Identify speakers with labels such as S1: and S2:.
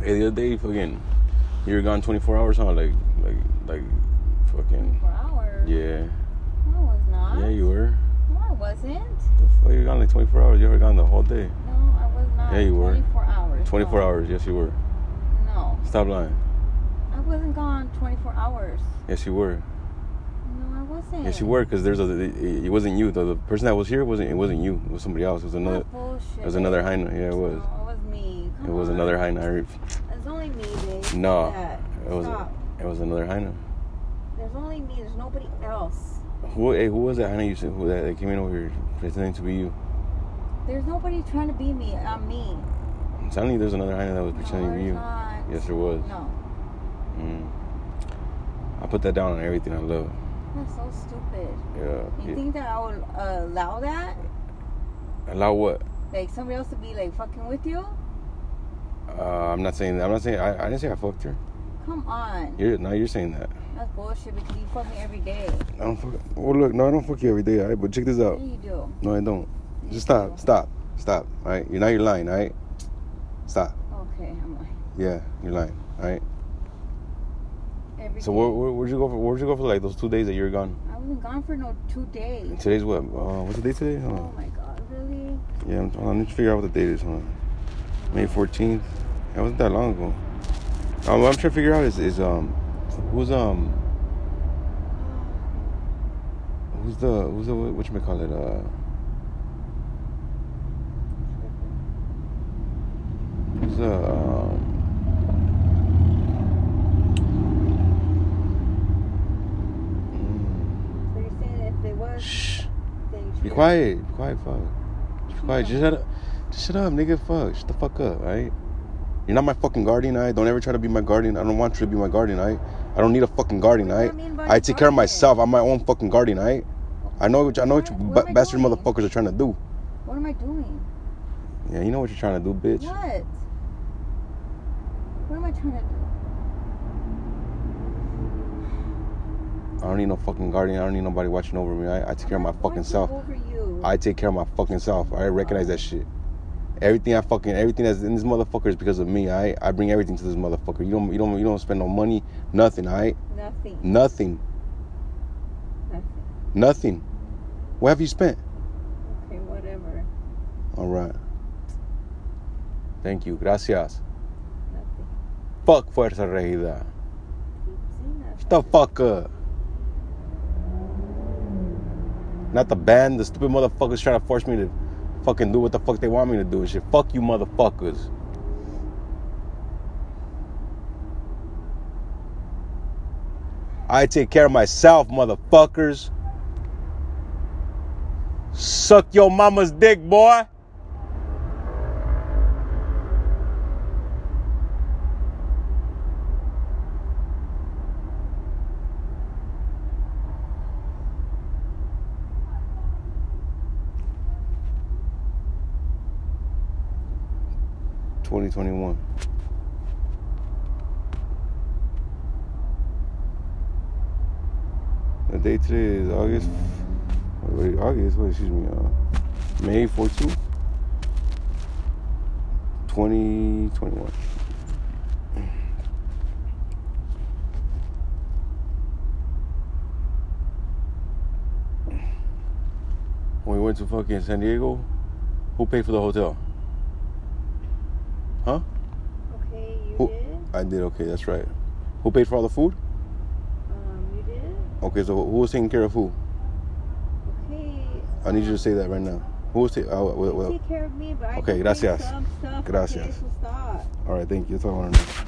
S1: the other day, fucking, you were gone 24 hours, huh? Like, like, like, fucking.
S2: Four hours.
S1: Yeah.
S2: No, I was not.
S1: Yeah, you were.
S2: No, I wasn't.
S1: The fuck, you were gone like 24 hours. You were gone the whole day.
S2: No, I was not.
S1: Yeah, you were.
S2: 24 hours.
S1: 24
S2: no.
S1: hours. Yes, you were.
S2: No,
S1: Stop lying.
S2: I wasn't gone 24 hours.
S1: Yes, you were.
S2: No, I wasn't.
S1: Yes, you were. Cause there's a. It, it wasn't you. The, the person that was here wasn't. It wasn't you. It was somebody else. It was
S2: No,
S1: another.
S2: bullshit.
S1: It was another Heine. Yeah, it was.
S2: No, it was me. Come
S1: It was
S2: on.
S1: another Heine. I re-
S2: There's only me, bitch.
S1: No,
S2: Yeah.
S1: it was-
S2: Stop.
S1: It was another Heine.
S2: There's only me. There's nobody else.
S1: Who? Hey, who was that Heine you said who that, that came in over here pretending to be you?
S2: There's nobody trying to be me. I'm me.
S1: I'm telling you, there's another Heine that was pretending
S2: no,
S1: to be
S2: there's
S1: you.
S2: Not.
S1: Yes, there was.
S2: No,
S1: Mm. I put that down on everything I love.
S2: that's so stupid.
S1: Yeah.
S2: You
S1: yeah.
S2: think that I would uh, allow that?
S1: Allow what?
S2: Like somebody else to be like fucking with you?
S1: Uh, I'm not saying. I'm not saying. I, I didn't say I fucked her.
S2: Come on.
S1: You're now. You're saying that.
S2: That's bullshit because you fuck me every day.
S1: I don't fuck. Well, look. No, I don't fuck you every day. All right, but check this out.
S2: What do you do?
S1: No, I don't. Oh. Just stop. Stop. Stop. All right. You're now. You're lying. All right. Stop.
S2: Okay, I'm like
S1: Yeah. You're lying.
S2: every
S1: So
S2: day.
S1: where, where, where'd you go for? Where'd you go for like those two days that you were gone?
S2: I wasn't gone for no two days.
S1: Today's what? Uh, what's the date today? Hold
S2: Oh
S1: on.
S2: my god, really?
S1: Yeah. I'm, hold on. I need to figure out what the date is. Hold on. May 14th. That wasn't that long ago. Um, what I'm trying to figure out is is um who's um who's the who's the what you call it uh who's the um
S2: So you're saying if it
S1: mm,
S2: was,
S1: shh
S2: then
S1: be
S2: you
S1: quiet be quiet fuck be quiet just shut up just shut up nigga fuck shut the fuck up right you're not my fucking guardian I don't ever try to be my guardian I don't want you to be my guardian I I don't need a fucking guardian I I take care of myself. I'm my own fucking guardian, alright? I know what I know what you
S2: Where- where
S1: ba-
S2: am I
S1: bastard
S2: going?
S1: motherfuckers are trying to do.
S2: What am I doing?
S1: Yeah, you know what you're trying to do, bitch.
S2: What? What am I trying to do?
S1: I don't need no fucking guardian. I don't need nobody watching over me. I, I take care of my
S2: Why
S1: fucking
S2: is it
S1: self.
S2: Over you.
S1: I take care of my fucking self. I recognize that shit. Everything I fucking everything that's in this motherfucker is because of me. I I bring everything to this motherfucker. You don't you don't you don't spend no money, nothing. All right,
S2: Nothing.
S1: nothing,
S2: Nothing.
S1: nothing. What have you spent?
S2: Okay, whatever.
S1: All right. Thank you. Gracias.
S2: Nothing.
S1: Fuck Fuerza Regida.
S2: Keep saying that.
S1: Shut the fuck up. Not the band, the stupid motherfuckers trying to force me to fucking do what the fuck they want me to do and shit. Fuck you motherfuckers. I take care of myself, motherfuckers. Suck your mama's dick, boy. Twenty twenty one. The date today is August. Wait, wait, August. Wait, excuse me. Uh, May fourteenth, twenty twenty one. When we went to fucking San Diego, who paid for the hotel?
S2: Okay, you
S1: Who-
S2: did.
S1: I did okay. That's right. Who paid for all the food?
S2: Um, you did.
S1: Okay, so who was taking care of who?
S2: Okay.
S1: I need you to say that right now. Who was taking? Oh, well,
S2: You
S1: well,
S2: take care of me, but I
S1: Okay,
S2: do
S1: gracias.
S2: Some stuff.
S1: Gracias.
S2: Okay, so stop.
S1: all right. Thank you. That's all I want to know.